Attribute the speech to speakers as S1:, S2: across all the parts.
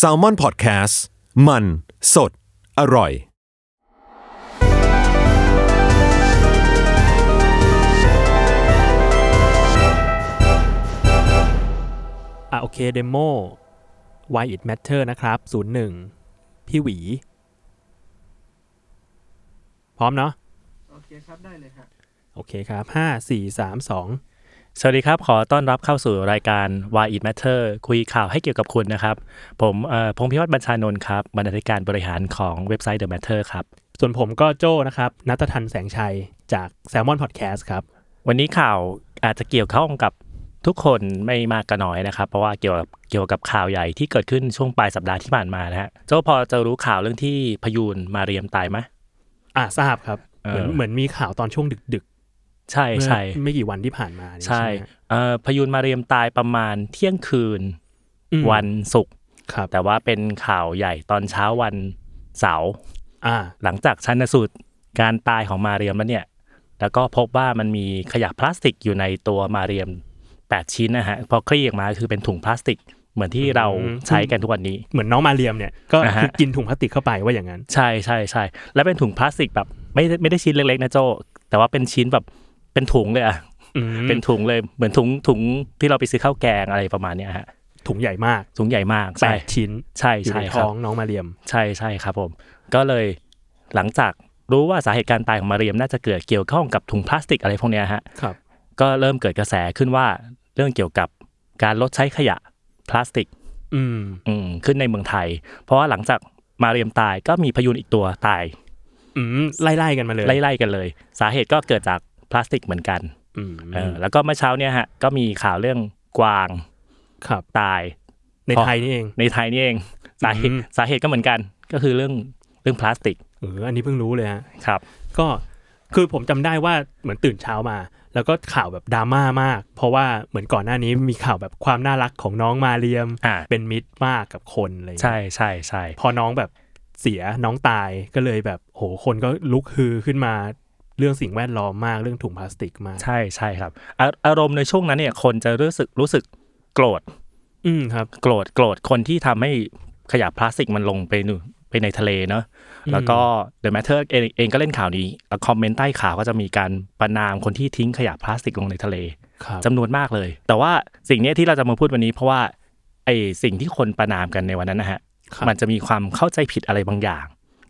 S1: s a l ม o n PODCAST มัน สด อร่อย
S2: อ่ะโอเคเดโม Why It Matter นะครับ 01 พี่หวี พร้อมเนาะ
S3: โอเคครับ ได้เลยครับ
S2: โอเคครับ 5 4 3 2
S4: สวัสดีครับ ขอต้อนรับเข้าสู่รายการ Why It Matter คุยข่าวให้เกี่ยวกับคุณนะครับ ผมเอ่อพงพิวัตรบัญชานนท์ครับบรรณาธิการบริหารของเว็บไซต์ The Matter ครับ
S2: ส่วนผมก็โจ้นะครับนัททันแสงชัยจาก Salmon Podcast ครับ
S4: วันนี้ข่าวอาจจะเกี่ยวข้องกับทุกคนไม่มากก็น้อยนะครับ เพราะว่าเกี่ยวกับเกี่ยวกับข่าวใหญ่ที่เกิดขึ้นช่วงปลายสัปดาห์ที่ผ่านมานะฮะเจ้าพอจะรู้ข่าวเรื่องที่พยูนมาเรียมตายไหม
S2: อ่ะทราบครับ
S4: เออ
S2: เหมือนเหมือนมีข่าวตอนช่วงดึก
S4: ใช่
S2: ๆเมื่อ
S4: ใช่
S2: ไม่กี่วันที่ผ่านมานี่
S4: ใช่
S2: ไหม
S4: เอ่อพยูนมาเรียมตายประมาณเที่ยงคืน
S2: อืม
S4: วันศุกร์
S2: ครับ
S4: แต่ว่าเป็นข่าวใหญ่ตอนเช้าวันเสาร์
S2: อ่า
S4: หลังจากชันสูตรการตายของมาเรียมแล้วเนี่ย แล้วก็พบว่ามันมีขยะพลาสติกอยู่ในตัวมาเรียม 8 ชิ้นนะฮะ พอคลี่ออกมาคือเป็นถุงพลาสติก เหมือนที่เราใช้กันทุกวันนี้
S2: เหมือนน้องมาเรียมเนี่ยก็
S4: อ่าฮะ
S2: คือกินถุงพลาสติกเข้าไปว่าอย่างนั้น
S4: ใช่ใช่ใช่ และเป็นถุงพลาสติกแบบไม่ได้ไม่ได้ชิ้นเล็กๆนะโจ แต่ว่าเป็นชิ้นแบบเป็นถุงเลยอะ
S2: อืม
S4: เป็นถุงเลย เหมือนถุงถุงที่เราไปซื้อข้าวแกงอะไรประมาณเนี้ยฮะ
S2: ถุงใหญ่มาก
S4: ถุงใหญ่มาก
S2: แป
S4: ใช่
S2: ดชิ้น
S4: ใช่
S2: อยู่
S4: ใช่
S2: ใน
S4: ครั
S2: ท้
S4: บ
S2: องน้องมาเรียม
S4: ใช่ใช่ครับผมก็เลยหลังจากรู้ว่าสาเหตุการตายของมาเรียมน่าจะเกิดเกี่ยวข้องกับถุงพลาสติกอะไรพวกเนี้ยฮะ
S2: ครับ
S4: ก็เริ่มเกิดกระแสขึ้นว่าเรื่องเกี่ยวกับการลดใช้ขยะพลาสติก
S2: อืม
S4: อืมขึ้นในเมืองไทย เพราะว่าหลังจากมาเรียมตายก็มีพยูนอีกตัวตาย
S2: อืมไล่ๆกันมาเลย
S4: ไล่ๆกันเลย สาเหตุก็เกิดจากพลาสติกเหมือนกัน
S2: อืม
S4: เออแล้วก็เมื่อเช้าเนี่ยฮะก็มีข่าวเรื่องกวาง
S2: ครับ
S4: ตาย
S2: ใน
S4: พอ
S2: ไทยนี่เอง
S4: ในไทยนี่เองสาเหตุ
S2: อืม
S4: สาเหตุก็เหมือนกัน ก็คือเรื่องเรื่องพลาสติก
S2: เอออันนี้เพิ่งรู้เลยฮะ
S4: ครับ
S2: ก็คือผมจำได้ว่าเหมือนตื่นเช้ามา แล้วก็ข่าวแบบดราม่ามาก เพราะว่าเหมือนก่อนหน้านี้มีข่าวแบบความน่ารักของน้องมาเรียม
S4: อ่า
S2: เป็นมิตรมากกับคนอะไรอย่าง
S4: ใช่
S2: เลย
S4: ใช่ใช่
S2: พอน้องแบบเสียน้องตายก็เลยแบบโหคนก็ลุกฮือขึ้นมาเรื่องสิ่งแวดล้อมมากเรื่องถุงพลาสติกมาก
S4: ใช่ใช่ครับอาอารมณ์ในช่วงนั้นเนี่ย คนจะรู้สึกรู้สึกโกรธ
S2: อืมครับ
S4: โกรธโกรธคนที่ทำให้ขยะพลาสติกมันลงไปนู่นไปในทะเลเนอะแล้วก็ The Matter เองเองก็เล่นข่าวนี้แล้วคอมเมนต์ใต้ข่าวก็จะมีการประนามคนที่ทิ้งขยะพลาสติกลงในทะเล
S2: ครับ
S4: จำนวนมากเลย แต่ว่าสิ่งเนี้ยที่เราจะมาพูดวันนี้ เพราะว่าไอสิ่งที่คนประนามกันในวันนั้นนะฮะ
S2: ครับ
S4: มันจะมีความเข้าใจผิดอะไรบางอย่าง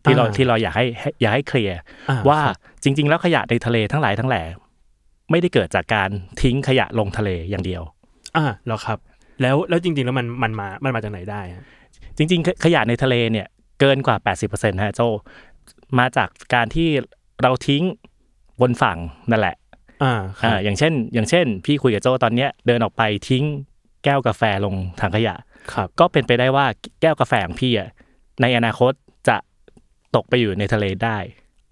S4: ที่เรา
S2: อ่า
S4: ที่เราอยากให้ให้อยากให้เคลียร์
S2: อ่
S4: ว่าจริง ๆ แล้วขยะในทะเลทั้งหลายทั้งแหล่ไม่ได้เกิดจากการทิ้งขยะลงทะเลอย่างเดียว
S2: อ่าเหรอครับ แล้วแล้วจริง ๆ แล้วมันมันมามันมาจากไหนได้ฮะ
S4: จริงๆขขยะในทะเลเนี่ยเกินกว่า 80%ฮะโจมาจากการที่เราทิ้งบนฝั่งนั่นแหละ
S2: อ่าครั
S4: อ่า
S2: บ
S4: อย่างเช่น อย่างเช่น พี่คุยกับโจตอนเนี้ยเดินออกไปทิ้งแก้วกาแฟลงถังขยะ
S2: ครับ
S4: ก็เป็นไปได้ว่าแก้วกาแฟของพี่อะในอนาคตจะตกไปอยู่ในทะเลได้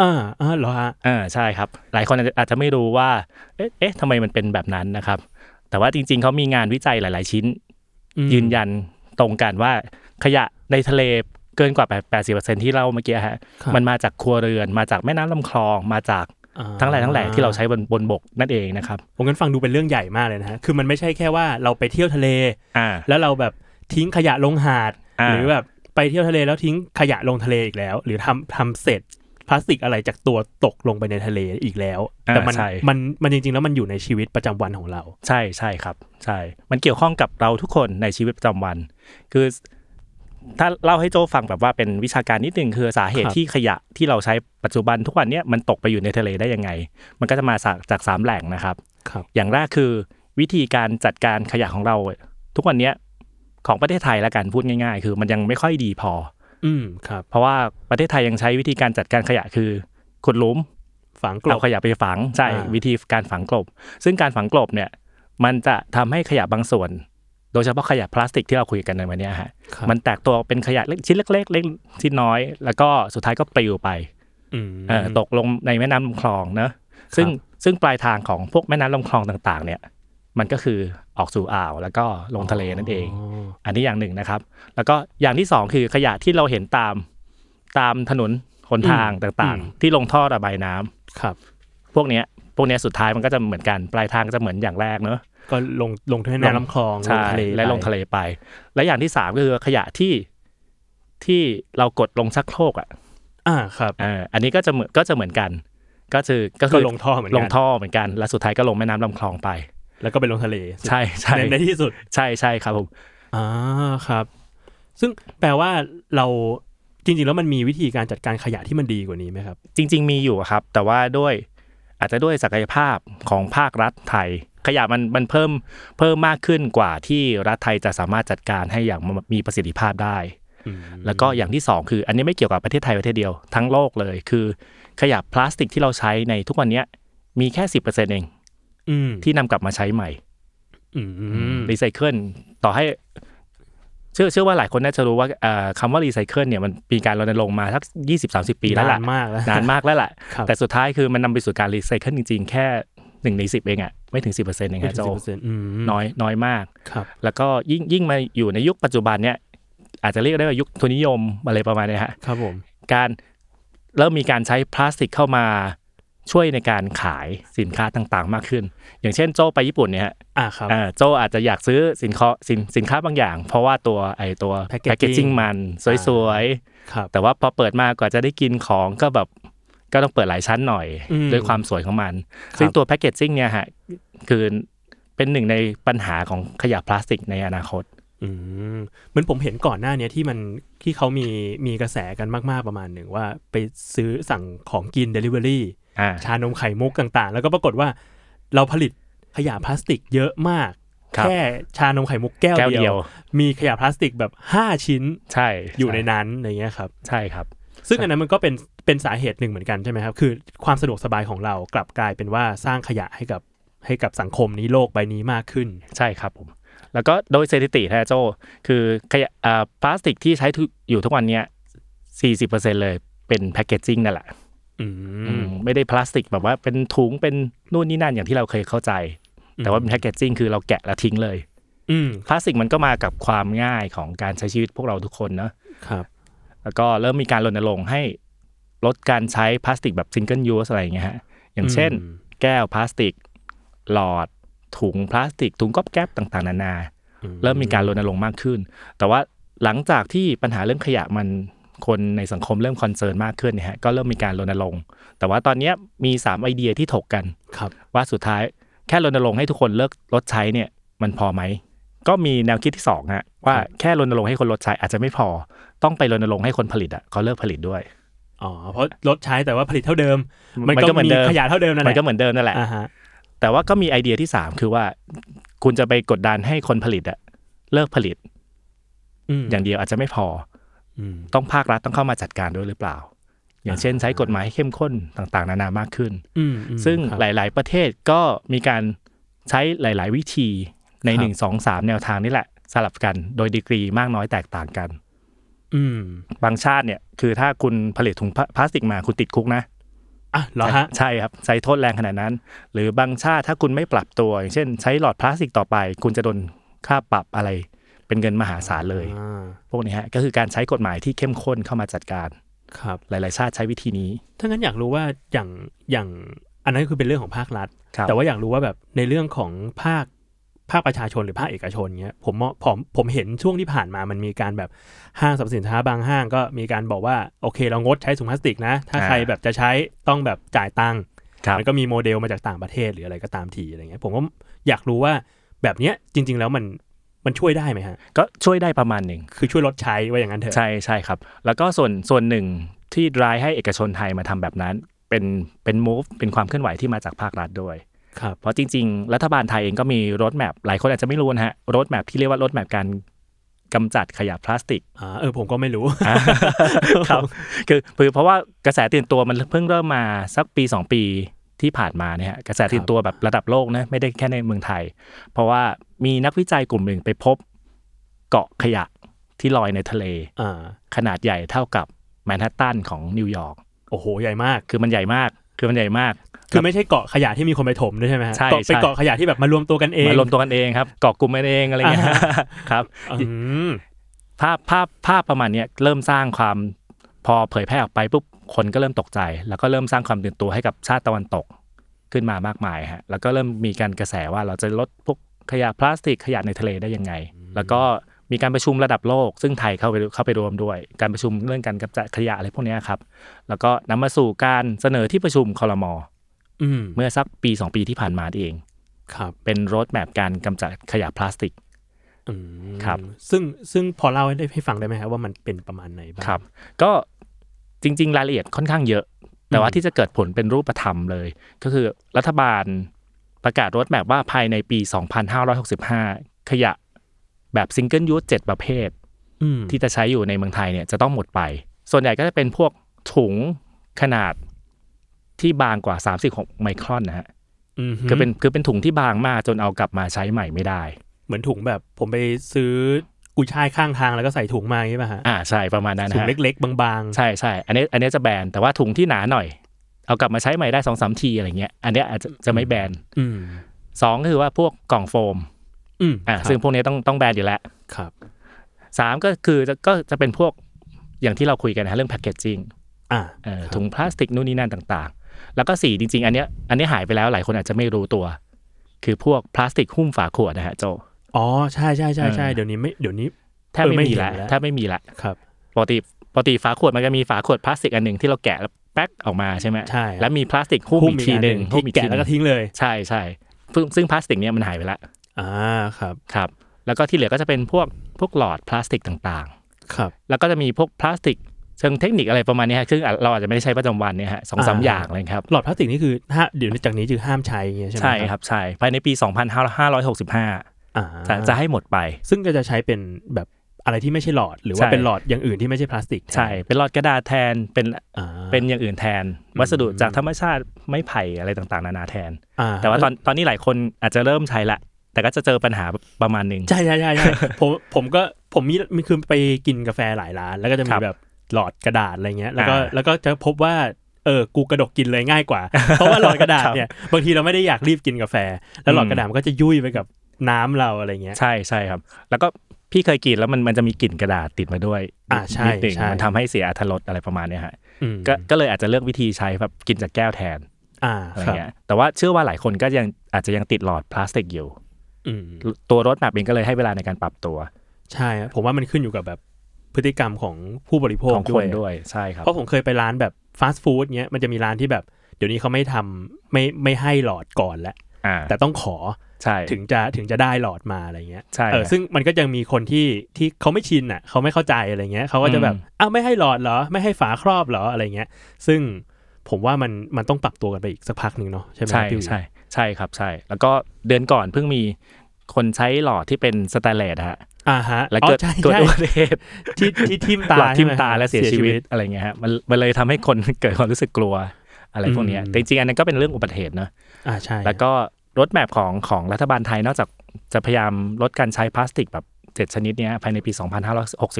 S2: อ่าอ่าเหรอฮะ
S4: อ่าใช่ครับ หลายคนอาจจะอาจจะไม่รู้ว่า เอ๊ะเอ๊ะทำไมมันเป็นแบบนั้นนะครับ แต่ว่าจริง ๆเขามีงานวิจัยหลาย ๆ ชิ้น
S2: อืม
S4: ยืนยันตรงกันว่าขยะในทะเลเกินกว่า 80%ที่เล่าเมื่อกี้ฮะ
S2: ครับ
S4: มันมาจากครัวเรือนมาจากแม่น้ำลำคลอง มาจาก
S2: อ่า
S4: ทั้งหลายทั้งแหล่ที่เราใช้บนบนบกนั่นเองนะครับ
S2: ผมกันฟังดูเป็นเรื่องใหญ่มากเลยนะฮะ คือมันไม่ใช่แค่ว่าเราไปเที่ยวทะเล
S4: อ่า
S2: แล้วเราแบบทิ้งขยะลงหาด
S4: อ่า
S2: หรือแบบไปเที่ยวทะเลแล้วทิ้งขยะลงทะเลอีกแล้ว หรือทำทำเศษพลาสติกอะไรจากตัวตกลงไปในทะเลอีกแล้ว แต่มัน
S4: อ่าใช่
S2: มันมันจริงๆแล้วมันอยู่ในชีวิตประจำวันของเรา
S4: ใช่ใช่ครับ ใช่ มันเกี่ยวข้องกับเราทุกคนในชีวิตประจำวัน คือถ้าเล่าให้โจฟังแบบว่าเป็นวิชาการนิดนึงคือสาเห
S2: ค
S4: ตุ
S2: รับ
S4: ที่ขยะที่เราใช้ปัจจุบันทุกวันเนี้ยมันตกไปอยู่ในทะเลได้ยังไง มันก็จะมาจากจากสามแหล่งนะครับ
S2: ครับ
S4: อย่างแรกคือวิธีการจัดการขยะของเรา ทุกวันเนี้ยของประเทศไทยละกันพูดง่าย ๆ คือมันยังไม่ค่อยดีพอ
S2: อืมครับ
S4: เพราะว่าประเทศไทยยังใช้วิธีการจัดการขยะคือขุดหลุม
S2: ฝังกล
S4: เอา
S2: บ
S4: ขยะไปฝังใช่
S2: อ่า
S4: วิธีการฝังกลบ ซึ่งการฝังกลบเนี่ยมันจะทำให้ขยะบางส่วน โดยเฉพาะขยะพลาสติกที่เราคุยกันในวันเนี้ยฮะ
S2: ครับ
S4: มันแตกตัวเป็นขยะเล็กชิ้นเล็กๆเล็กชิ้นน้อย แล้วก็สุดท้ายก็ปลิวไป
S2: อืม
S4: เอ่อตกลงในแม่น้ำลำคลองเนอะซึ่งซึ่งปลายทางของพวกแม่น้ำลำคลองต่างๆ เนี่ยมันก็คือออกสู่อ่าวแล้วก็ลงทะเลนั่นเอง อันนี้อย่างหนึ่งนะครับ แล้วก็อย่างที่สองคือขยะที่เราเห็นตามตามถนนหนทางต่าง
S2: อืม
S4: ๆ ที่ลงท่อระบายน้ำ
S2: ครับ
S4: พวกเนี้ยพวกเนี้ยสุดท้ายมันก็จะเหมือนกัน ปลายทางก็จะเหมือนอย่างแรกเนอะ
S2: ก็ลงลงทางแม่น้ำลำคลองล
S4: ใช่
S2: งทะเล
S4: และลงทะเลไป และอย่างที่สามก็คือขยะที่ที่เรากดลงชักโครกอ่ะ
S2: อ่าครับ
S4: เอ่ออันนี้ก็จะเหมือนก็จะเหมือนกัน ก็คือก็
S2: ก็
S4: คือ
S2: ลงท่อเหมือน
S4: ล
S2: กั
S4: งท่อเหมือนกัน และสุดท้ายก็ลงแม่น้ำลำคลองไป
S2: แล้วก็ไปลงทะเล
S4: ใช่ใช่
S2: ในในที่สุด
S4: ใช่ใช่ครับผม
S2: อ่าครับ ซึ่งแปลว่าเราจริงๆ แล้วมันมีวิธีการจัดการขยะที่มันดีกว่านี้ไหมครับ
S4: จริง ๆ มีอยู่ครับ แต่ว่าด้วยอาจจะด้วยศักยภาพของภาครัฐไทย ขยะมันมันเพิ่มเพิ่มมากขึ้นกว่าที่รัฐไทยจะสามารถจัดการให้อย่างมีประสิทธิภาพได้ แล้วก็อย่างที่สองคืออันนี้ไม่เกี่ยวกับประเทศไทยประเทศเดียวทั้งโลกเลยคือ ขยะพลาสติกที่เราใช้ในทุกวันเนี้ยมีแค่ 10%เอง
S2: อืม
S4: ที่นำกลับมาใช้ใหม่
S2: อืม
S4: รีไซเคิลต่อให้ เชื่อเชื่อว่าหลายคนน่าจะรู้ว่าเอ่อคำว่ารีไซเคิลเนี่ยมันมีการรณรงค์มาสัก20-30 ปีแล้วล่ะ
S2: นานมากแล้ว
S4: นานมากแล้วล่ะ
S2: ครับ
S4: แต่สุดท้ายคือมันนำไปสู่การรีไซเคิลจริงๆ แค่หนึ่งในสิบเองอะไม่ถึงสิบเปอร์เซ็นต์เอง
S2: ไม่
S4: อะ
S2: ถึง
S4: โจ
S2: สิบเปอร์เซ็นต์อืม
S4: น้อยน้อยมาก
S2: ครับ
S4: แล้วก็ยิ่งยิ่งมาอยู่ในยุคปัจจุบันเนี่ยอาจจะเรียกได้ว่ายุคทุนนิยมอะไรประมาณเนี้ยฮะ
S2: ครับผม
S4: การเริ่มมีการใช้พลาสติกเข้ามาช่วยในการขายสินค้าต่างๆ มากขึ้น อย่างเช่นโจไปญี่ปุ่นเนี่ยฮะ
S2: อ่าครับ
S4: อ่าโจอาจจะอยากซื้อสินค้าสินสินค้าบางอย่าง เพราะว่าตัวไอตัว
S2: Packaging
S4: จิ้งมันสวยๆ
S2: ครับ
S4: แต่ว่าพอเปิดมากว่าจะได้กินของก็แบบก็ต้องเปิดหลายชั้นหน่อย
S2: อืม
S4: ด้วยความสวยของมัน
S2: ครับ
S4: ซึ่งตัวแพคเกจจิ้งเนี่ยฮะคือเป็นหนึ่งในปัญหาของขยะพลาสติกในอนาคต
S2: อืมเหมือนผมเห็นก่อนหน้าเนี้ยที่มันที่เขามีมีกระแสกันมากๆประมาณหนึ่งว่าไปซื้อสั่งของกิน Delivery
S4: อ่า
S2: ชานมไข่มุกต่างๆ แล้วก็ปรากฏว่าเราผลิตขยะพลาสติกเยอะมาก
S4: ครับ
S2: แค่ชานมไข่มุกแก้ว
S4: แก้ว
S2: เดี
S4: เดี
S2: ย
S4: ยว ว
S2: มีขยะพลาสติกแบบ 5 ชิ้น
S4: ใช่
S2: อยู่ใน
S4: ช่
S2: นั้นอะไรเงี้ยครับ
S4: ใช่ครับ
S2: ซึ่ง
S4: ใช่
S2: อันนั้นมันก็เป็นเป็นสาเหตุหนึ่งเหมือนกันใช่ไหมครับ คือความสะดวกสบายของเรากลับกลายเป็นว่าสร้างขยะให้กับให้กับสังคมนี้โลกใบนี้มากขึ้น
S4: ใช่ครับผมแล้วก็โดยสถิตินะฮะโจคือขยะอ่าพลาสติกที่ใช้ทุกอยู่ทุกวันเนี้ย40%เลยเป็นแพคเกจจิ้งนั่นแหละ
S2: อื
S4: อื
S2: ม
S4: มไม่ได้พลาสติกแบบว่าเป็นถุงเป็นนู่นนี่นั่นอย่างที่เราเคยเข้าใจ แต่ว่าเป็นแพคเกจจิ้งคือเราแกะแล้วทิ้งเลย
S2: อืม
S4: พลาสติกมันก็มากับความง่ายของการใช้ชีวิตพวกเราทุกคนเนอะ
S2: ครับ
S4: แล้วก็เริ่มมีการรณรงค์ให้ลดการใช้พลาสติกแบบซิงเกิลยูสอะไรอย่างเงี้ยฮะ อย่างเช่น
S2: อืม
S4: แก้วพลาสติก หลอด ถุงพลาสติก ถุงก๊อบแก๊บต่างๆ นานา เริ่มมีการรณรงค์มากขึ้น แต่ว่าหลังจากที่ปัญหาเรื่องขยะมันคนในสังคมเริ่มคอนเซิร์นมากขึ้นเนี่ยฮะก็เริ่มมีการรณรงค์ แต่ว่าตอนเนี้ยมีสามไอเดียที่ถกกัน
S2: ครับ
S4: ว่าสุดท้ายแค่รณรงค์ให้ทุกคนเลิกลดใช้เนี่ยมันพอไหม ก็มีแนวคิดที่สองฮะว่า
S2: ครับ
S4: แค่รณรงค์ให้คนลดใช้อาจจะไม่พอ ต้องไปรณรงค์ให้คนผลิตอ่ะเขาเลิกผลิตด้วย
S2: อ๋อเพราะลดใช้แต่ว่าผลิตเท่าเดิม
S4: มั
S2: มัน
S4: น
S2: ก็
S4: ก็เหมือน
S2: มี
S4: เดิม
S2: ขยะเท่าเดิมนั่นแห
S4: มั
S2: ละ
S4: นก็เหมือนเดิมนั่นแหละ
S2: อ่าฮะ
S4: แต่ว่าก็มีไอเดียที่สามคือว่า คุณจะไปกดดันให้คนผลิตอ่ะเลิกผลิต
S2: ม
S4: อย่างเดียวอาจจะไม่พอ
S2: อืม
S4: ต้องภาครัฐต้องเข้ามาจัดการด้วยหรือเปล่า อย่างเช่นใช้กฎหมายให้เข้มข้นต่างๆ นานามากขึ้น
S2: อืมอืม
S4: ซึ่ง
S2: ครับ
S4: หลาย ๆ ประเทศก็มีการใช้หลาย ๆ วิธีใน
S2: ครับ
S4: 1 2 3 แนวทางนี่แหละ สลับกันโดยดีกรีมากน้อยแตกต่างกัน
S2: อืม
S4: บางชาติเนี่ยคือถ้าคุณผลิตถุงพลาพลาสติกมาคุณติดคุกนะ
S2: อ่ะเหรอฮะ
S4: ใช่ครับ ใช้โทษแรงขนาดนั้น หรือบางชาติถ้าคุณไม่ปรับตัว อย่างเช่น ใช้หลอดพลาสติกต่อไป คุณจะโดนค่าปรับอะไร เป็นเงินมหาศาลเลย
S2: อ่า
S4: พวกนี้ฮะก็คือการใช้กฎหมายที่เข้มข้นเข้ามาจัดการ
S2: ครับ
S4: หลาย ๆ ชาติใช้วิธีนี้
S2: ถ้างั้นอยากรู้ว่าอย่างอย่างอันนั้นคือเป็นเรื่องของภาครัฐ
S4: ครับ
S2: แต่ว่าอยากรู้ว่าแบบในเรื่องของภาคภาคประชาชนหรือภาคเอกชนเนี้ยผมมองผมผมเห็นช่วงที่ผ่านมามันมีการแบบห้างสรรพสินค้าบางห้างก็มีการบอกว่าโอเคเรางดใช้ถุงพลาสติกนะ ถ้า
S4: อ่า
S2: ใครแบบจะใช้ต้องแบบจ่ายตังค์
S4: ครับ
S2: มันก็มีโมเดลมาจากต่างประเทศหรืออะไรก็ตามทีอะไรเงี้ยผมก็อยากรู้ว่าแบบเนี้ยจริง ๆ แล้วมันมันช่วยได้ไหมฮะ
S4: ก็ช่วยได้ประมาณหนึ่ง
S2: คือช่วยลดใช้ว่าอย่างนั้นเถอะ
S4: ใช่ใช่ครับ แล้วก็ส่วนส่วนหนึ่งที่ดรายให้เอกชนไทยมาทำแบบนั้น เป็นเป็น move เป็นความเคลื่อนไหวที่มาจากภาครัฐด้วย
S2: ครับ
S4: เพราะจริง ๆ รัฐบาลไทยเองก็มีรถแมพหลายคนอาจจะไม่รู้นะฮะรถแมพที่เรียกว่ารถแมพการกำจัดขยะพลาสติก
S2: อ่าเออผมก็ไม่รู้
S4: ครับคือคือเพราะว่ากระแสตื่นตัวมันเพิ่งเริ่มมาสักปี 2 ปีที่ผ่านมาเนี่ยฮะกระแสตื่นตัวแบบระดับโลกนะไม่ได้แค่ในเมืองไทย เพราะว่ามีนักวิจัยกลุ่มหนึ่งไปพบเกาะขยะที่ลอยในทะเล
S2: อ่า
S4: ขนาดใหญ่เท่ากับแมนฮัตตันของนิวยอร์ก
S2: โอ้โหใหญ่มาก
S4: คือมันใหญ่มาก คือมันใหญ่มาก
S2: คือไม่ใช่เกาะขยะที่มีคนไปถมด้วยใช่ไหมฮะ
S4: ใช่
S2: เกาะเป็น
S4: ใช่
S2: เกาะขยะที่แบบมารวมตัวกันเอง
S4: มารวมตัวกันเองครับ เกาะกลุ่มกันเองอะไรเงี้ย
S2: อ่าฮะ
S4: ครับ
S2: อืม
S4: ภาพภาพภาพประมาณเนี้ยเริ่มสร้างความพอเผยแพร่ออกไปปุ๊บ คนก็เริ่มตกใจ แล้วก็เริ่มสร้างความตื่นตัวให้กับชาติตะวันตกขึ้นมามากมายฮะ แล้วก็เริ่มมีการกระแสว่าเราจะลดพวก ขยะพลาสติกขยะในทะเลได้ยังไง แล้วก็มีการประชุมระดับโลก ซึ่งไทยเข้าไปเข้าไปร่วมด้วย การประชุมเรื่องการกำจัดขยะอะไรพวกเนี้ยครับ แล้วก็นำมาสู่การเสนอที่ประชุมคอรมอ
S2: อืม
S4: เมื่อสักปี 2 ปีที่ผ่านมาเอง
S2: ครับ
S4: เป็นรถแมพการกำจัดขยะพลาสติก
S2: อืม
S4: ครับ
S2: ซึ่งซึ่งพอเล่าให้ได้ให้ฟังได้ไหมครับว่ามันเป็นประมาณไหนบ้าง
S4: ครับ ก็จริง ๆ รายละเอียดค่อนข้างเยอะ แต่ว่า
S2: อืม
S4: ที่จะเกิดผลเป็นรูปธรรมเลย ก็คือรัฐบาลประกาศรถแมพว่าภายในปี 2565 ขยะแบบซิงเกิลยูส7ประเภท
S2: อืม
S4: ที่จะใช้อยู่ในเมืองไทยเนี่ยจะต้องหมดไป ส่วนใหญ่ก็จะเป็นพวกถุงขนาดที่บางกว่า 36 ไมครอนนะฮะ
S2: ม
S4: คือเป็นคือเป็นถุงที่บางมากจนเอากลับมาใช้ใหม่ไม่ได้
S2: เหมือนถุงแบบ ผมไปซื้อกุยช่ายข้างทางแล้วก็ใส่ถุงมาอย่างนี้ป่ะฮะ
S4: อ่าใช่ประมาณนั้น
S2: ถุง
S4: ฮะ
S2: เล็ก ๆ บางๆ
S4: ใช่ใช่ อันนี้อันนี้จะแบน แต่ว่าถุงที่หนาหน่อย เอากลับมาใช้ใหม่ได้สองสามทีอะไรเงี้ย อันเนี้ยอาจจะจะไม่แบน
S2: อืม
S4: สองก็คือว่าพวกกล่องโฟม
S2: อืม
S4: อ่า
S2: ครับ
S4: ซึ่งพวกเนี้ยต้องต้องแบนอยู่แล้ว
S2: ครับ
S4: สามก็คือจะก็จะเป็นพวกอย่างที่เราคุยกันนะฮะเรื่องแพคเกจจิ้ง
S2: อ่า
S4: เอ่อ
S2: ครับ
S4: ถุงพลาสติกนู่นนี่นั่นต่างๆ แล้วก็สี่จริง ๆ อันเนี้ยอันเนี้ยหายไปแล้วหลายคนอาจจะไม่รู้ตัว คือพวกพลาสติกหุ้มฝาขวดนะฮะโจ
S2: อ๋อใช่ใช่ใช่ใช่
S4: เออ
S2: เดี๋ยวนี้ไม่เดี๋ยวนี้
S4: แทบ
S2: เออ
S4: ไม่
S2: ไม่
S4: มี
S2: เห็น
S4: ละ
S2: แล้ว
S4: แทบไม่มีละ
S2: ครับ
S4: ปกติปกติฝาขวดมันจะมีฝาขวดพลาสติกอันหนึ่งที่เราแกะแล้วแป๊กออกมาใช่ไหม
S2: ใช่ครับ
S4: แล้วมีพลาสติกหุ้มอีกทีหนึ่ง
S2: หุ้ม
S4: หุ้ม
S2: อี
S4: อี
S2: ก
S4: ก
S2: ทีหนึ่งที่แกะ
S4: ทีห
S2: แล้ว
S4: นึ่ง
S2: ก็ทิ้งเลย
S4: ใช่ใช่ซึ่งซึ่งพลาสติกเนี้ยมันหายไปแล้ว
S2: อ่าครับ
S4: ครับ แล้วก็ที่เหลือก็จะเป็นพวกพวกหลอดพลาสติกต่าง
S2: ครับ
S4: ๆ แล้วก็จะมีพวกพลาสติกเชิงเทคนิคอะไรประมาณเนี้ยฮะซึ่งอาจเราอาจจะไม่ได้ใช้ประจำวันเนี่ยฮะสองสาม
S2: อ่า
S4: อย่างเลยครับ
S2: หลอดพลาสติกนี่คือถ้าเดี๋ยวจากนี้คือห้ามใช้อย่างเงี้ยใช่ไหม
S4: ใช่ครับใช่ภายในปี 2565
S2: อ่า
S4: จะจะให้หมดไป
S2: ซึ่งก็จะใช้เป็นแบบอะไรที่ไม่ใช่หลอด หรือว่า
S4: ใช่
S2: เป็นหลอดอย่างอื่นที่ไม่ใช่พลาสติก
S4: ใช่ เป็นหลอดกระดาษแทนเป็น
S2: อ่า
S4: เป็นอย่างอื่นแทน วัสดุจากธรรมชาติไม้ไผ่อะไรต่างๆ นานาแทน
S2: อ่
S4: แต่ว่าตอนตอนนี้หลายคนอาจจะเริ่มใช้ละ แต่ก็จะเจอปัญหาประมาณหนึ่ง
S2: ใช่ใช่ใช่ใช่ ผมผมก็ผมมีมีคือไปกินกาแฟหลายร้าน แล้วก็จะมี
S4: ครับ
S2: แบบหลอดกระดาษอะไรเงี้ยแล้วก็
S4: อ่า
S2: แล้วก็จะพบว่าเออกูกระดกกินเลยง่ายกว่า เพราะว่าหลอดกระดาษเนี่ยบางทีเราไม่ได้อยากรีบกินกาแฟ แล้วหลอด
S4: อืม
S2: กระดาษมันก็จะยุ่ยไปกับน้ำเราอะไรเงี้ย
S4: ใช่ใช่ครับ แล้วก็พี่เคยกินแล้วมันมันจะมีกลิ่นกระดาษติดมาด้วย
S2: อ่าใช่
S4: นิดหนึ่ง
S2: ใช่
S4: มันทำให้เสียอรรถรสอะไรประมาณเนี้ยฮะ
S2: อืม
S4: ก็ก็เลยอาจจะเลือกวิธีใช้แบบกินจากแก้วแทน
S2: อ่า
S4: อะไร
S2: ครับ
S4: เงี้ยแต่ว่าเชื่อว่าหลายคนก็ยังอาจจะยังติดหลอดพลาสติกอยู่
S2: อืม
S4: ตัวรถแบบเองก็เลยให้เวลาในการปรับตัว
S2: ใช่ครับผมว่ามันขึ้นอยู่กับแบบพฤติกรรมของผู้บริโภค
S4: ของค
S2: ด้วน ย
S4: ด้วยใช่ครับ
S2: เพราะผมเคยไปร้านแบบฟาสต์ฟู้ดเนี้ยมันจะมีร้านที่แบบ เดี๋ยวนี้เขาไม่ทำไม่ไม่ให้หลอดก่อนแล้ว
S4: อ่า
S2: แต่ต้องขอ
S4: ใช่
S2: ถึงจะถึงจะได้หลอดมาอะไรเงี้ย
S4: ใช่
S2: เออ
S4: ฮะ
S2: ซึ่งมันก็ยังมีคนที่ที่เขาไม่ชินอ่ะเขาไม่เข้าใจอะไรเงี้ยเขาก็จะแบบ
S4: อืม
S2: อ้าวไม่ให้หลอดเหรอ ไม่ให้ฝาครอบเหรออะไรเงี้ย ซึ่งผมว่ามันมันต้องปรับตัวกันไปอีกสักพักหนึ่งเนาะใช่ไหมค
S4: ใช่
S2: รับพี่วิว
S4: ใช่ใช่ครับใช่ แล้วก็เดือนก่อนเพิ่งมีคนใช้หลอดที่เป็นสแตนเลสฮะ
S2: อ่าฮะ
S4: แล้ว
S2: อ๋อ
S4: เกิด
S2: ใช่
S4: เกิด
S2: ใช่
S4: อุบัติเหตุ
S2: ที่ที่ทิ่มตา
S4: หลอดทิ่ม
S2: ใช่ไห
S4: ตาและเสียชีวิต
S2: ต
S4: อะไรเงี้ยฮะมันมันเลยทำให้ คน เกิดความรู้สึกกลัวอะไรพวกเนี้ย
S2: อืม
S4: แต่จริงๆอันนั้นก็เป็นเรื่องอุบัติเหตุเนอะ
S2: อ่าใช่
S4: แล้วก็รถแมพของของรัฐบาลไทยนอกจากจะพยายามลดการใช้พลาสติกแบบ 7 ชนิดเนี้ยภายในปี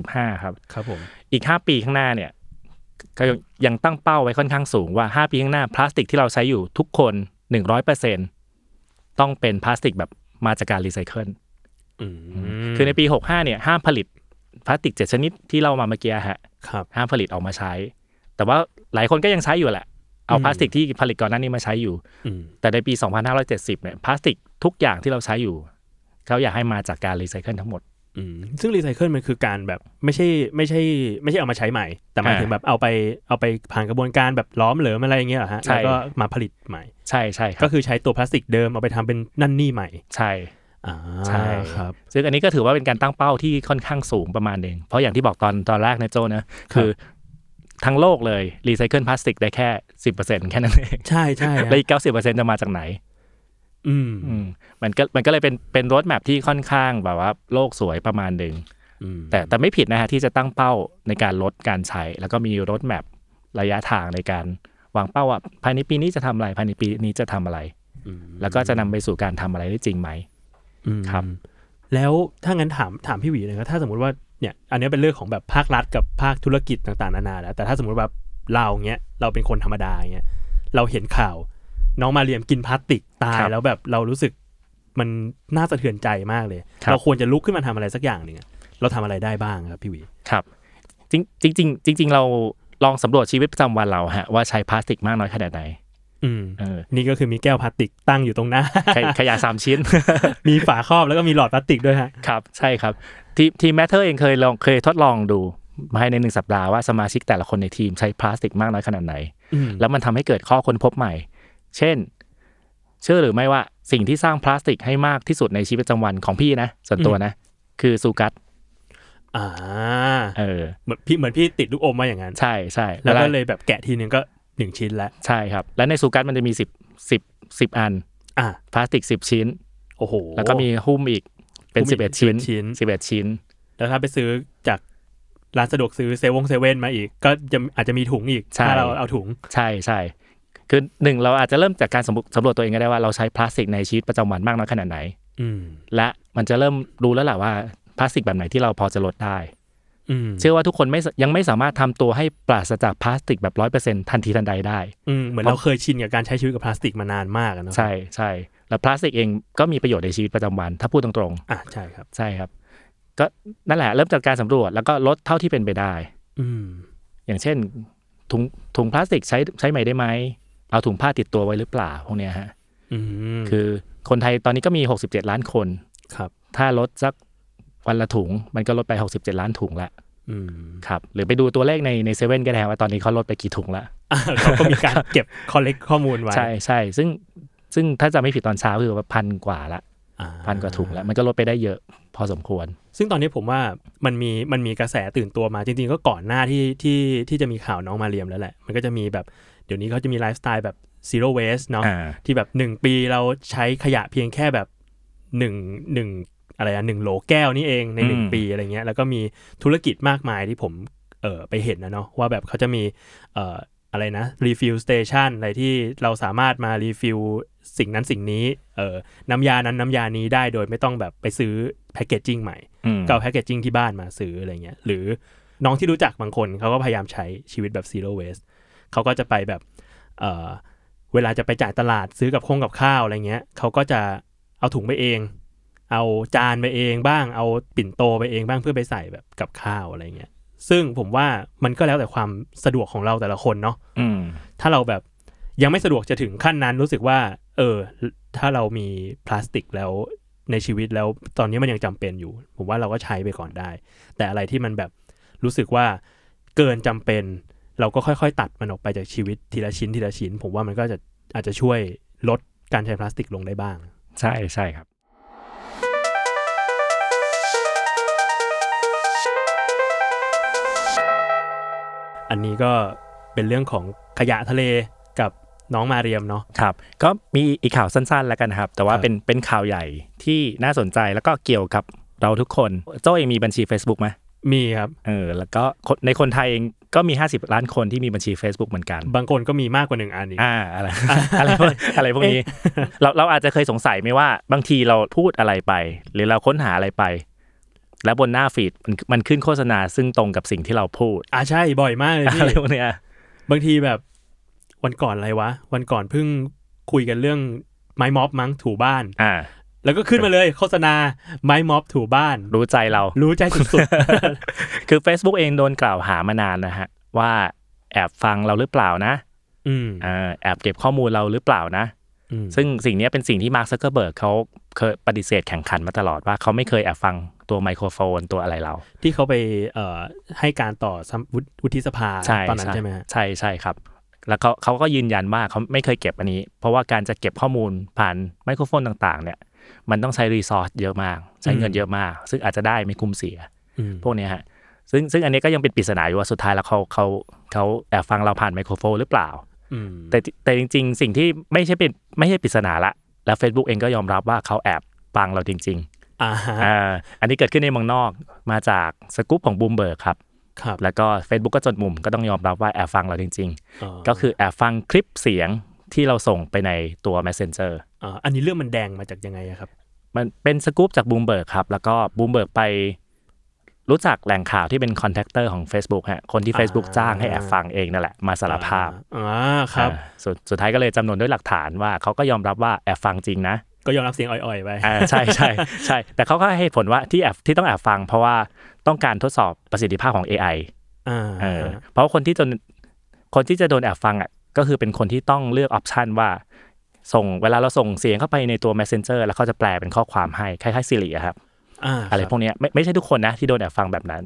S4: 2565 ครับ
S2: ครับผม
S4: อีก 5 ปีข้างหน้าเนี่ยก็ยังยังตั้งเป้าไว้ค่อนข้างสูงว่า 5 ปีข้างหน้าพลาสติกที่เราใช้อยู่ทุกคน 100%ต้องเป็นพลาสติกแบบมาจากการรีไซเคิล
S2: อืม
S4: คือในปี 65 เนี่ยห้ามผลิตพลาสติก 7 ชนิดที่เรามาเมื่อกี้ฮะ
S2: ครับ
S4: ห้ามผลิตออกมาใช้ แต่ว่าหลายคนก็ยังใช้อยู่แหละ เอา
S2: อืม
S4: พลาสติกที่ผลิตก่อนหน้านี้มาใช้อยู่
S2: อืม
S4: แต่ในปี 2570 เนี่ยพลาสติกทุกอย่างที่เราใช้อยู่ เขาอยากให้มาจากการรีไซเคิลทั้งหมด
S2: อืมซึ่งรีไซเคิลมันคือการแบบไม่ใช่ไม่ใช่ ไม่ใช่เอามาใช้ใหม่ แต่หมาย
S4: อ่า
S2: ถึงแบบเอาไปเอาไปผ่านกระบวนการแบบล้อมเหลวอะไรอย่างเงี้ยเหรอฮะ
S4: ใช่
S2: แล้วก็มาผลิตใหม่
S4: ใช่ใช่ครั
S2: ก็
S4: บ
S2: คือใช้ตัวพลาสติกเดิมเอาไปทำเป็นนั่นนี่ใหม่
S4: ใช่
S2: อ่า
S4: ใช่
S2: ครับ
S4: ซึ่งอันนี้ก็ถือว่าเป็นการตั้งเป้าที่ค่อนข้างสูงประมาณหนึ่งเพราะอย่างที่บอกตอนตอนแรกนะโจนะคือทั้งโลกเลยรีไซเคิลพลาสติกได้แค่ 10%แค่นั้นเอง
S2: ใช่ใช่ฮะ
S4: แล้วอีก90%จะมาจากไหน
S2: อืม
S4: อืมมันก็มันก็เลยเป็นเป็นรถแมพที่ค่อนข้างแบบว่าโลกสวยประมาณหนึ่ง
S2: อืม
S4: แต่แต่ไม่ผิดนะฮะที่จะตั้งเป้าในการลดการใช้ แล้วก็มีรถแมพระยะทางในการวางเป้าว่าภายในปีนี้จะทำอะไรภายในปีนี้จะทำอะไร
S2: อืม
S4: แล้วก็จะนำไปสู่การทำอะไรได้จริงไหม
S2: อืม
S4: ครับ
S2: แล้วถ้างั้นถามถามพี่หวีหนะครับถ้าสมมติว่าเนี่ยอันนี้เป็นเรื่องของแบบภาครัฐกับภาคธุรกิจต่างๆนานาแล้วแต่ถ้าสมมติแบบเราเงี้ยเราเป็นคนธรรมดาเงี้ยเราเห็นข่าว น้องมาเรียมกินพลาสติกตาย
S4: ครับ
S2: แล้วแบบเรารู้สึกมันน่าสะเทือนใจมากเลย
S4: ครับ
S2: เราควรจะลุกขึ้นมาทำอะไรสักอย่างหนึ่งอะเราทำอะไรได้บ้างครับพี่หวี
S4: ครับจริงจริงจริงจริง ๆ เราลองสำรวจชีวิตประจำวันเราฮะว่าใช้พลาสติกมากน้อยขนาดไหน
S2: อืม
S4: เออ
S2: นี่ก็คือมีแก้วพลาสติกตั้งอยู่ตรงหน้า
S4: ขยขยะสามชิ้น
S2: มีฝาครอบแล้วก็มีหลอดพลาสติกด้วยฮะ
S4: ครับใช่ครับ ทีมทีมแมทเทอร์เองเคยลองเคยทดลองดูภายในหนึ่งสัปดาห์ว่าสมาชิกแต่ละคนในทีมใช้พลาสติกมากน้อยขนาดไหน
S2: อืม
S4: แล้วมันทำให้เกิดข้อค้นพบใหม่ เช่น เชื่อหรือไม่ว่าสิ่งที่สร้างพลาสติกให้มากที่สุดในชีวิตประจำวันของพี่นะ ส่วนตัวนะ คือซูกัส
S2: อ่า
S4: เออ
S2: เหมือนพี่เหมือนพี่ติดลูกอมมาอย่างนั้น
S4: ใช่ใช่
S2: แล้วก็
S4: า
S2: เลยแบบแกะทีนึงก็หนึ่งชิ้นแล้ว
S4: ใช่ครับ แล้วในซูกัสมันจะมี 10 10 10 อัน
S2: อ่ะ
S4: พลาสติก 10 ชิ้น
S2: โอ้โห
S4: แล้วก็มีหุ้มอีกเป็น
S2: หุ้มอีก
S4: 11 ชิ้น
S2: ชิ้น
S4: 11 ชิ้น
S2: แล้วถ้าไปซื้อจากร้านสะดวกซื้อเซเว่นเซเว่นมาอีก ก็จะอาจจะมีถุงอีก
S4: ใช่
S2: ถ้าเราเอาถุง
S4: ใช่ใช่คือหนึ่งเราอาจจะเริ่มจากการสำรวจสำรวจตัวเองก็ได้ว่าเราใช้พลาสติกในชีวิตประจำวันมากน้อยขนาดไหน
S2: อืม
S4: และมันจะเริ่มรู้แล้วแหละว่าพลาสติกแบบไหนที่เราพอจะลดได้
S2: อืม
S4: เชื่อว่าทุกคนไม่สยังไม่สามารถทำตัวให้ปราศจากพลาสติกแบบร้อยเปอร์เซ็นทันทีทันใดได้
S2: อืมเหมือนเราเคยชินกับการใช้ชีวิตกับพลาสติกมานานมากอะเนาะ
S4: ใช่ใช่แล้วพลาสติกเองก็มีประโยชน์ในชีวิตประจำวัน ถ้าพูดตรง
S2: อ่ะใช่ครับ
S4: ๆ ใช่ครับ ก็นั่นแหละเริ่มจากการสำรวจแล้วก็ลดเท่าที่เป็นไปได้
S2: อืม
S4: อย่างเช่นถุงถุงพลาสติกใช้ใช้ใหม่ได้ไหมเอาถุงผ้าติดตัวไว้หรือเปล่าพวกเนี้ยฮะ
S2: อืม
S4: คือคนไทยตอนนี้ก็มี 67 ล้านคน
S2: ครับ
S4: ถ้าลดสักวันละถุง มันก็ลดไป 67 ล้านถุงละ
S2: อืม
S4: ครับ หรือไปดูตัวเลขในในเซเว่นก็ได้ว่าตอนนี้เขาลดไปกี่ถุงละ
S2: อ่ะเขาก็มีการเก็บคอลเลกข้อมูลไว้
S4: ใช่ใช่ซึ่งซึ่งถ้าจะไม่ผิดตอนเช้าคือว่าพันกว่าละ
S2: อ่า
S4: พันกว่าถุงละมันก็ลดไปได้เยอะพอสมควร
S2: ซึ่งตอนนี้ผมว่ามันมีมันมีกระแสตื่นตัวมาจริง ๆ ก็ก่อนหน้าที่ที่ที่จะมีข่าวน้องมาเรียมแล้วแหละ มันก็จะมีแบบเดี๋ยวนี้เขาจะมีไลฟ์สไตล์แบบ zero waste เนาะ
S4: อ่า
S2: ที่แบบ 1 ปีเราใช้ขยะเพียงแค่แบบ1งอะไรอะหนึ่งโหลแก้วนี่เองใน
S4: อืม
S2: 1 ปีอะไรเงี้ยแล้วก็มีธุรกิจมากมายที่ผมเออไปเห็นนะเนาะว่าแบบเขาจะมีเอ่ออะไรนะรีฟิลสเตชันอะไรที่เราสามารถมารีฟิลสิ่งนั้นสิ่งนี้เอ่อน้ำยานั้นน้ำยานี้ได้โดยไม่ต้องแบบไปซื้อแพคเกจจิ้งใหม่ ก็เอาแพคเกจจิ้งที่บ้านมาซื้ออะไรเงี้ยหรือน้องที่รู้จักบางคนเขาก็พยายามใช้ชีวิตแบบ zero waste เขาก็จะไปแบบเอ่อเวลาจะไปจ่ายตลาดซื้อกับคงกับข้าวอะไรเงี้ยเขาก็จะเอาถุงไปเอง เอาจานไปเองบ้างเอาปิ่นโตไปเองบ้างเพื่อไปใส่แบบกับข้าวอะไรเงี้ยซึ่งผมว่ามันก็แล้วแต่ความสะดวกของเราแต่ละคนเนาะ
S4: อืม
S2: ถ้าเราแบบยังไม่สะดวกจะถึงขั้นนั้นรู้สึกว่า เออ ถ้าเรามีพลาสติกแล้วในชีวิตแล้วตอนนี้มันยังจำเป็นอยู่ ผมว่าเราก็ใช้ไปก่อนได้ แต่อะไรที่มันแบบรู้สึกว่าเกินจำเป็น เราก็ค่อยๆ ตัดมันออกไปจากชีวิตทีละชิ้นทีละชิ้น ผมว่ามันก็จะอาจจะช่วยลดการใช้พลาสติกลงได้บ้าง
S4: ใช่ใช่ครับ
S2: อันนี้ก็เป็นเรื่องของขยะทะเลกับน้องมาเรียมเนาะ
S4: ครับ ก็มีอีกข่าวสั้นๆ แล้วกันครับ แต่ว่า
S2: ครับ
S4: เป็นเป็นข่าวใหญ่ที่น่าสนใจแล้วก็เกี่ยวกับเราทุกคนโจ้เองมีบัญชี Facebook ไหม
S2: มีครับ
S4: เออแล้วก็คนในคนไทยเองก็มี 50 ล้านคนที่มีบัญชี Facebook เหมือนกัน
S2: บางคนก็มีมากกว่าหนึ่งอันอีก
S4: อ่าอะไร อะไรพวกอะไรพวกนี้ เราเราอาจจะเคยสงสัยไหมว่าบางทีเราพูดอะไรไป หรือเราค้นหาอะไรไป แล้วบนหน้าฟีดมันมันขึ้นโฆษณาซึ่งตรงกับสิ่งที่เราพูด
S2: อ่าใช่บ่อยมากเลยพี่
S4: อะไรพวกเนี้ย
S2: บางทีแบบวันก่อนอะไรวะ วันก่อนเพิ่งคุยกันเรื่องไม้ม็อบมั้งถูบ้าน
S4: อ่า
S2: แล้วก็ขึ้นมาเลยโฆษณาไม้ม็อบถูบ้าน
S4: รู้ใจเรา
S2: รู้ใจสุด
S4: คือ Facebook เองโดนกล่าวหามานานนะฮะ ว่าแอบฟังเราหรือเปล่านะ
S2: ๆ อืม
S4: อ่าแอบเก็บข้อมูลเราหรือเปล่านะ
S2: อืม
S4: ซึ่งสิ่งเนี้ยเป็นสิ่งที่มาร์คซักเกอร์เบิร์กเขาเคยปฏิเสธแข่งขันมาตลอดว่าเขาไม่เคยแอบฟังตัวไมโครโฟนตัวอะไรเรา
S2: ที่เขาไปเอ่อให้การต่อสำวุฒิวุฒิสภา
S4: ใช่
S2: ตอนนั้นใช่ไหมฮะ
S4: ใช่ใช่ครับ แล้วเขาเขาก็ยืนยันว่าเขาไม่เคยเก็บอันนี้ เพราะว่าการจะเก็บข้อมูลผ่านไมโครโฟนต่างๆ เนี่ย มันต้องใช้รีซอสเยอะมาก ใช้เงินเยอะมาก ซึ่งอาจจะได้ไม่คุ้มเสีย
S2: อืม
S4: พวกเนี้ยฮะซึ่งซึ่งอันนี้ก็ยังเป็นปริศนาอยู่ว่าสุดท้ายแล้วเขาเขาเขาแอบฟังเราผ่านไมโครโฟนหรือเปล่า
S2: อืม
S4: แต่แต่จริง ๆ สิ่งที่ไม่ใช่เป็นไม่ใช่ปริศนาละ แล้ว Facebook เองก็ยอมรับว่าเขาแอบฟังเราจริง
S2: อ่าฮะ
S4: ๆอ่าอันนี้เกิดขึ้นในเมืองนอกมาจากสกู๊ปของบูมเบิร์กครับ
S2: ครับ
S4: แล้วก็ Facebook ก็จดมุมก็ต้องยอมรับว่าแอบฟังเราจริง
S2: อ๋อ
S4: ๆ ก็คือแอบฟังคลิปเสียงที่เราส่งไปในตัว Messenger
S2: อ่าอันนี้เรื่องมันแดงมาจากยังไงอะครับ
S4: มันเป็นสกู๊ปจากบูมเบิร์กครับ แล้วก็บูมเบิร์กไปรู้จักแหล่งข่าวที่เป็นคอนแทคเตอร์ของ Facebook ฮะคนที่ Facebook
S2: อ่า
S4: จ้างให้แอบฟังเองนั่นแหละมาสารภาพ
S2: อ่าครับ
S4: อ่าสุดสุดท้ายก็เลยจำนวนด้วยหลักฐานว่าเขาก็ยอมรับว่าแอบฟังจริงนะ
S2: ก็ยอมรับเสียงอ่อยๆไป
S4: อ่าใช่ใช่ใช่ แต่เขาก็ให้เหตุผลว่าที่แอบที่ต้องแอบฟัง เพราะว่าต้องการทดสอบประสิทธิภาพของ AI
S2: อ่า
S4: เออเพราะว่าคนที่จนคนที่จะโดนแอบฟังอ่ะ ก็คือเป็นคนที่ต้องเลือกออปชันว่า ส่งเวลาเราส่งเสียงเข้าไปในตัว messenger แล้วเขาจะแปลเป็นข้อความให้คล้ายๆ Siri อะครับ
S2: อ่า
S4: อะไรพวกเนี้ยไม่ไม่ใช่ทุกคนนะที่โดนแอบฟังแบบนั้น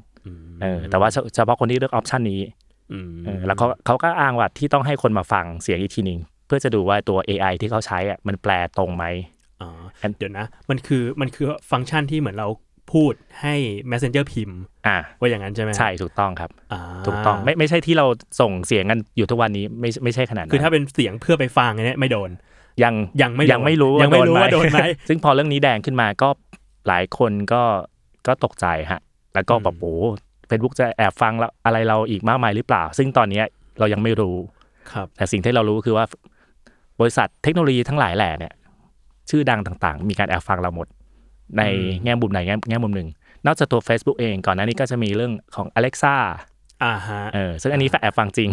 S4: เออแต่ว่าเฉเฉพาะคนที่เลือกออปชันนี้เออแล้วเขาเขาก็อ้างว่าที่ต้องให้คนมาฟังเสียงอีกทีหนึ่งเพื่อจะดูว่าตัว AI ที่เขาใช้อะมันแปลตรงไหม
S2: อ๋อเดี๋ยวนะ มันคือมันคือฟังก์ชันที่เหมือนเราพูดให้ messenger พิมพ์
S4: อ่า
S2: ว่าอย่างนั้นใช่ไหม
S4: ใช่ถูกต้องครับ
S2: อ่า
S4: ถูกต้องไม่ไม่ใช่ที่เราส่งเสียงกันอยู่ทุกวันนี้ไม่ไม่ใช่ขนาดนั้น
S2: คือถ้าเป็นเสียงเพื่อไปฟังเนี่ยไม่โดน
S4: ยัง
S2: ยังไม่โดน
S4: ยังไม่รู้
S2: ยังไม่รู้ว่าโดนไหม
S4: ซึ่งพอเรื่องนี้แดงขึ้นมาก็หลายคนก็ก็ตกใจฮะ แล้วก็แบบโอ้เฟซบุ๊กจะแอบฟังแล้วอะไรเราอีกมากมายหรือเปล่า ซึ่งตอนเนี้ยเรายังไม่รู้
S2: ครับ
S4: แต่สิ่งที่เรารู้คือว่าบริษัทเทคโนโลยีทั้งหลายแหล่เนี่ย ชื่อดังต่างๆ มีการแอบฟังเราหมด ใน
S2: อืม
S4: แง่มุมไหนแง่แง่มุมหนึ่ง นอกจากตัว Facebook เองก่อนหน้านี้ก็จะมีเรื่องของ Alexa
S2: อ่าฮะ
S4: เออซึ่งอันนี้แอบฟังจริง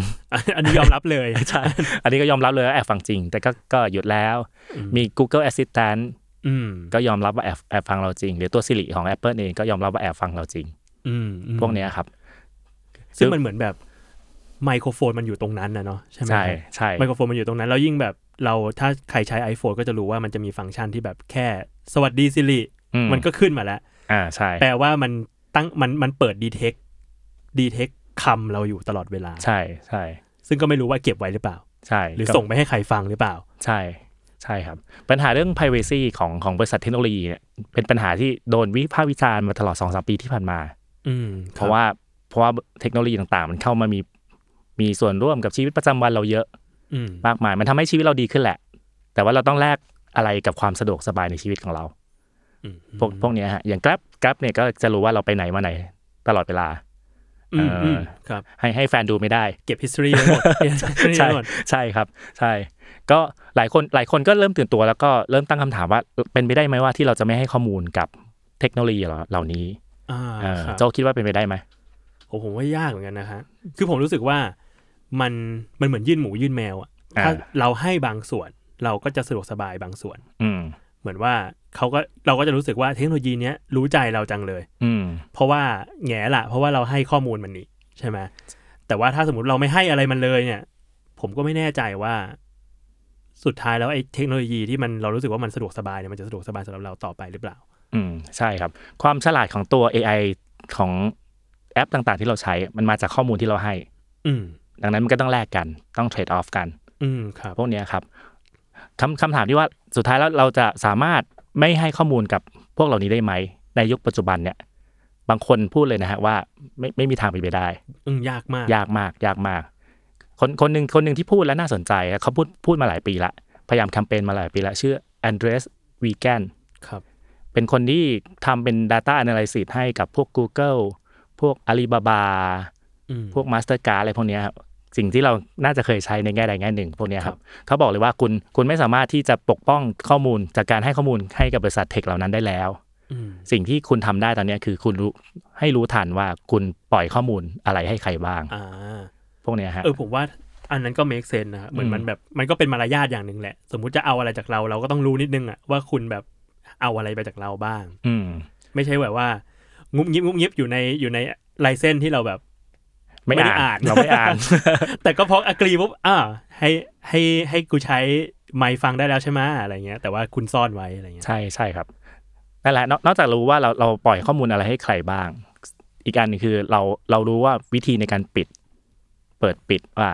S2: อันนี้ยอมรับเลย
S4: ใช่ อันนี้ก็ยอมรับเลยว่าแอบฟังจริง แต่ก็ก็หยุดแล้ว
S2: อืม
S4: มี Google Assistant
S2: อืม
S4: ก็ยอมรับว่าแอบแอบฟังเราจริง หรือตัว Siri ของ Apple เองก็ยอมรับว่าแอบฟังเราจริง
S2: อืมอืม
S4: พวกเนี้ยครับ
S2: ซึ่งมันเหมือนแบบไมโครโฟนมันอยู่ตรงนั้นนะเนาะใช่ไหม
S4: ใช่ใช่
S2: ไมโครโฟนมันอยู่ตรงนั้น แล้วยิ่งแบบเราถ้าใครใช้ iPhone ก็จะรู้ว่ามันจะมีฟังก์ชันที่แบบแค่ สวัสดีซิริ
S4: อื
S2: มันก็ขึ้นมาแล้ว
S4: อ่าใช่
S2: แปลว่ามันตั้งมันมันเปิดดีเทคดีเทคคำเราอยู่ตลอดเวลา
S4: ใช่ใช่
S2: ซึ่งก็ไม่รู้ว่าเก็บไว้หรือเปล่า
S4: ใช่
S2: หรือ
S4: ก็
S2: ส่งไปให้ใครฟังหรือเปล่า
S4: ใช่ใช่ครับ ปัญหาเรื่อง p r i เวซีของของบริษัทเทคโนโลยีเนี่ยเป็นปัญหาที่โดนวิพากษ์วิจารณ์มาตลอด2อสปีที่ผ่านมา
S2: อืม
S4: เพราะว่าเพราะว่าเทคโนโลยีต่างๆ มันเข้ามามีมีส่วนร่วมกับชีวิตประจำวันเราเยอะ
S2: อืม
S4: มากมาย มันทำให้ชีวิตเราดีขึ้นแหละ แต่ว่าเราต้องแลกอะไรกับความสะดวกสบายในชีวิตของเรา
S2: อืม
S4: พวกพวกเนี้ยฮะอย่าง Grab Grab เนี่ยก็จะรู้ว่าเราไปไหนมาไหนตลอดเวลา
S2: อืม
S4: เอ่ออื
S2: มครับ
S4: ให้ให้แฟนดูไม่ ได้
S2: เก็บ history ไว้หมดเก็บ history
S4: ใช่
S2: ไว้หมด
S4: ใช่ครับ ใช่ ก็หลายคนหลายคนก็เริ่มตื่นตัวแล้วก็เริ่มตั้งคำถามว่าเป็นไปได้ไหมว่าที่เราจะไม่ให้ข้อมูลกับเทคโนโลยีเหล่าเหล่านี้
S2: อ่า
S4: เออ
S2: ครับ
S4: โจคิดว่าเป็นไปได้ไหม
S2: ผมผมว่ายากเหมือนกันนะฮะคือผมรู้สึกว่ามันมันเหมือนยื่นหมูยื่นแมวอะ
S4: อ่า
S2: ถ้าเราให้บางส่วนเราก็จะสะดวกสบายบางส่วน
S4: อืม
S2: เหมือนว่าเขาก็เราก็จะรู้สึกว่าเทคโนโลยีเนี้ยรู้ใจเราจังเลย
S4: อืม
S2: เพราะว่าแง่ละ เพราะว่าเราให้ข้อมูลมันนี่ใช่ไหมแต่ว่าถ้าสมมติเราไม่ให้อะไรมันเลยเนี่ย ผมก็ไม่แน่ใจว่า สุดท้ายแล้วไอ้เทคโนโลยีที่มันเรารู้สึกว่ามันสะดวกสบายเนี่ยมันจะสะดวกสบายสำหรับเราต่อไปหรือเปล่า
S4: อืม ใช่ครับ ความฉลาดของตัว AI ของแอปต่างๆ ที่เราใช้ มันมาจากข้อมูลที่เราให้
S2: อืม
S4: ดังนั้นมันก็ต้องแลกกันต้องเทรดออฟกัน
S2: อืมครับ
S4: พวกเนี้ยครับคำคำถามที่ว่าสุดท้ายแล้วเราจะสามารถไม่ให้ข้อมูลกับพวกเหล่านี้ได้ไหม ในยุคปัจจุบันเนี่ย บางคนพูดเลยนะฮะว่าไม่ไม่มีทางเป็นไปได้
S2: อืมยากมาก
S4: ยากมาก ยากมาก คนคนหนึ่งคนหนึ่งที่พูดแล้วน่าสนใจอะเขาพูดพูดมาหลายปีละ พยายามแคมเปญมาหลายปีละ ชื่อ Andres Vegan
S2: ครับ
S4: เป็นคนที่ทำเป็น Data Analysis ให้กับพวก Google พวก Alibaba
S2: อืม
S4: พวก Mastercard อะไรพวกเนี้ยครับสิ่งที่เราน่าจะเคยใช้ในแง่ใดแง่หนึ่งพวกเนี้ยค
S2: ครั
S4: รับ บเขาบอกเลยว่าคุณคุณไม่สามารถที่จะปกป้องข้อมูลจากการให้ข้อมูลให้กับบริษัทเทคเหล่านั้นได้แล้ว
S2: อืม
S4: สิ่งที่คุณทำได้ตอนเนี้ยคือคุณรู้ให้รู้ทันว่าคุณปล่อยข้อมูลอะไรให้ใครบ้าง
S2: อ่า
S4: พวกเนี้ยฮะ
S2: เออผมว่าอันนั้นก็ make sense นะฮะเหมือน
S4: อืม
S2: มันแบบมันก็เป็นมารยาทอย่างหนึ่งแหละ สมมุติจะเอาอะไรจากเราเราก็ต้องรู้นิดนึงอะว่าคุณแบบเอาอะไรไปจากเราบ้าง
S4: อืม
S2: ไม่ใช่แบบว่า งุบงิบงุบงิบอยู่ในอยู่ในลายเส้นที่เราแบบ
S4: ไม่
S2: ไม่ได้อ่า
S4: อ่าน นเราไม่อ่าน
S2: แต่ก็พออกรีปุ๊บอ่าให้ให้ให้กูใช้ไมค์ฟังได้แล้วใช่ไหมอะไรเงี้ยแต่ว่าคุณซ่อนไว้อะไรเงี้ย
S4: ใช่ใช่ครับนั่นแหละนอกนอกจากรู้ว่าเราเราปล่อยข้อมูลอะไรให้ใครบ้าง อีกอันหนึงคือเราเรารู้ว่าวิธีในการปิด เปิดปิดว่า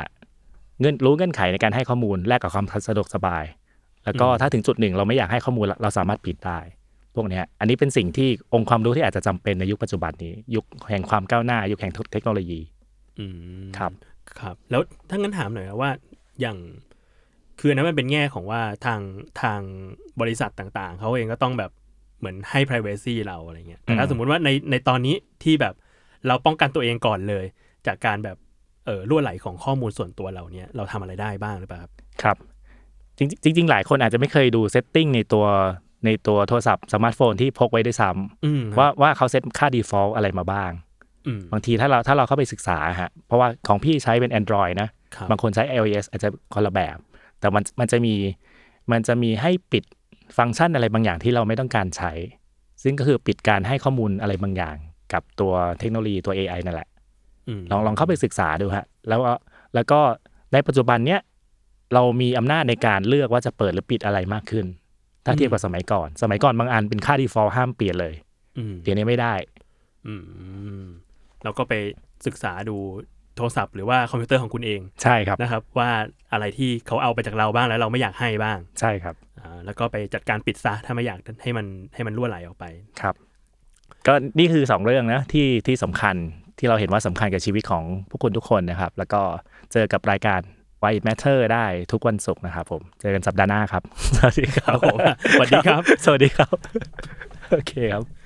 S4: เงื่อนรู้เงื่อนไขในการให้ข้อมูลแลกกับความสะดวกสบาย แล้วก็ถ้าถึงจุดหนึ่งเราไม่อยากให้ข้อมูลเราสามารถปิดได้ พวกเนี้ยอันนี้เป็นสิ่งที่องค์ความรู้ที่อาจจะจำเป็นในยุคปัจจุบันนี้ ยุคแห่งความก้าวหน้า ยุคแห่งเทคโนโลยี
S2: อืม
S4: ครับ
S2: ครับ แล้วถ้างั้นถามหน่อยนะว่าอย่างคืออันนั้นมันเป็นแง่ของว่าทางทางบริษัทต่างๆ เขาเองก็ต้องแบบเหมือนให้ p r i เวซีเราอะไรเงี้ยแต่ถ้า
S4: อืม
S2: สมมุติว่าในในตอนนี้ที่แบบเราป้องกันตัวเองก่อนเลย จากการแบบเออรั่วไหลของข้อมูลส่วนตัวเราเนี่ยเราทำอะไรได้บ้างหรือเปล่าครับ
S4: ครับจริงๆจริง ๆ หลายคนอาจจะไม่เคยดูเซตติ้งในตัวในตัวโทรศัพท์สมาร์ทโฟนที่พกไว้ด้วยซ้ำ
S2: อืม
S4: ว่าว่าเขาเซตค่า default อะไรมาบ้าง
S2: อืม
S4: บางทีถ้าเราถ้าเราเข้าไปศึกษาฮะเพราะว่าของพี่ใช้เป็น Android นะ
S2: ครับ
S4: บางคนใช้ iOS อาจจะคนละแบบ แต่มันมันจะมีมันจะมีให้ปิดฟังก์ชันอะไรบางอย่างที่เราไม่ต้องการใช้ ซึ่งก็คือปิดการให้ข้อมูลอะไรบางอย่าง กับตัวเทคโนโลยีตัว AI นั่นแหละ
S2: ม
S4: ลองลองเข้าไปศึกษาดูฮะแล้วก็แล้วก็ในปัจจุบันเนี้ย เรามีอำนาจในการเลือกว่าจะเปิดหรือปิดอะไรมากขึ้น ถ้าเทียบกับสมัยก่อน สมัยก่อนบางอันเป็นค่า default ห้ามเปลี่ยนเลย
S2: อืม
S4: เดี๋ยวนี้ไม่ได้
S2: อืมแล้วก็ไปศึกษาดูโทรศัพท์หรือว่าคอมพิวเตอร์ของคุณเอง
S4: ใช่ครับ
S2: นะครับ ว่าอะไรที่เขาเอาไปจากเราบ้างแล้วเราไม่อยากให้บ้าง
S4: ใช่ครับ
S2: อ่าแล้วก็ไปจัดการปิดซะถ้าไม่อยากให้มันให้มันรั่วไหลออกไป
S4: ครับ ก็นี่คือ 2 เรื่องนะที่ที่สำคัญที่เราเห็นว่าสำคัญกับชีวิตของพวกคุณทุกคนนะครับ แล้วก็เจอกับรายการ Why It Matter ได้ทุกวันศุกร์นะครับผม เจอกันสัปดาห์หน้าครับ สวัสดีครับ
S2: ครับผมสวัสดีครับ
S4: สวัสดีครับ โอเคครับ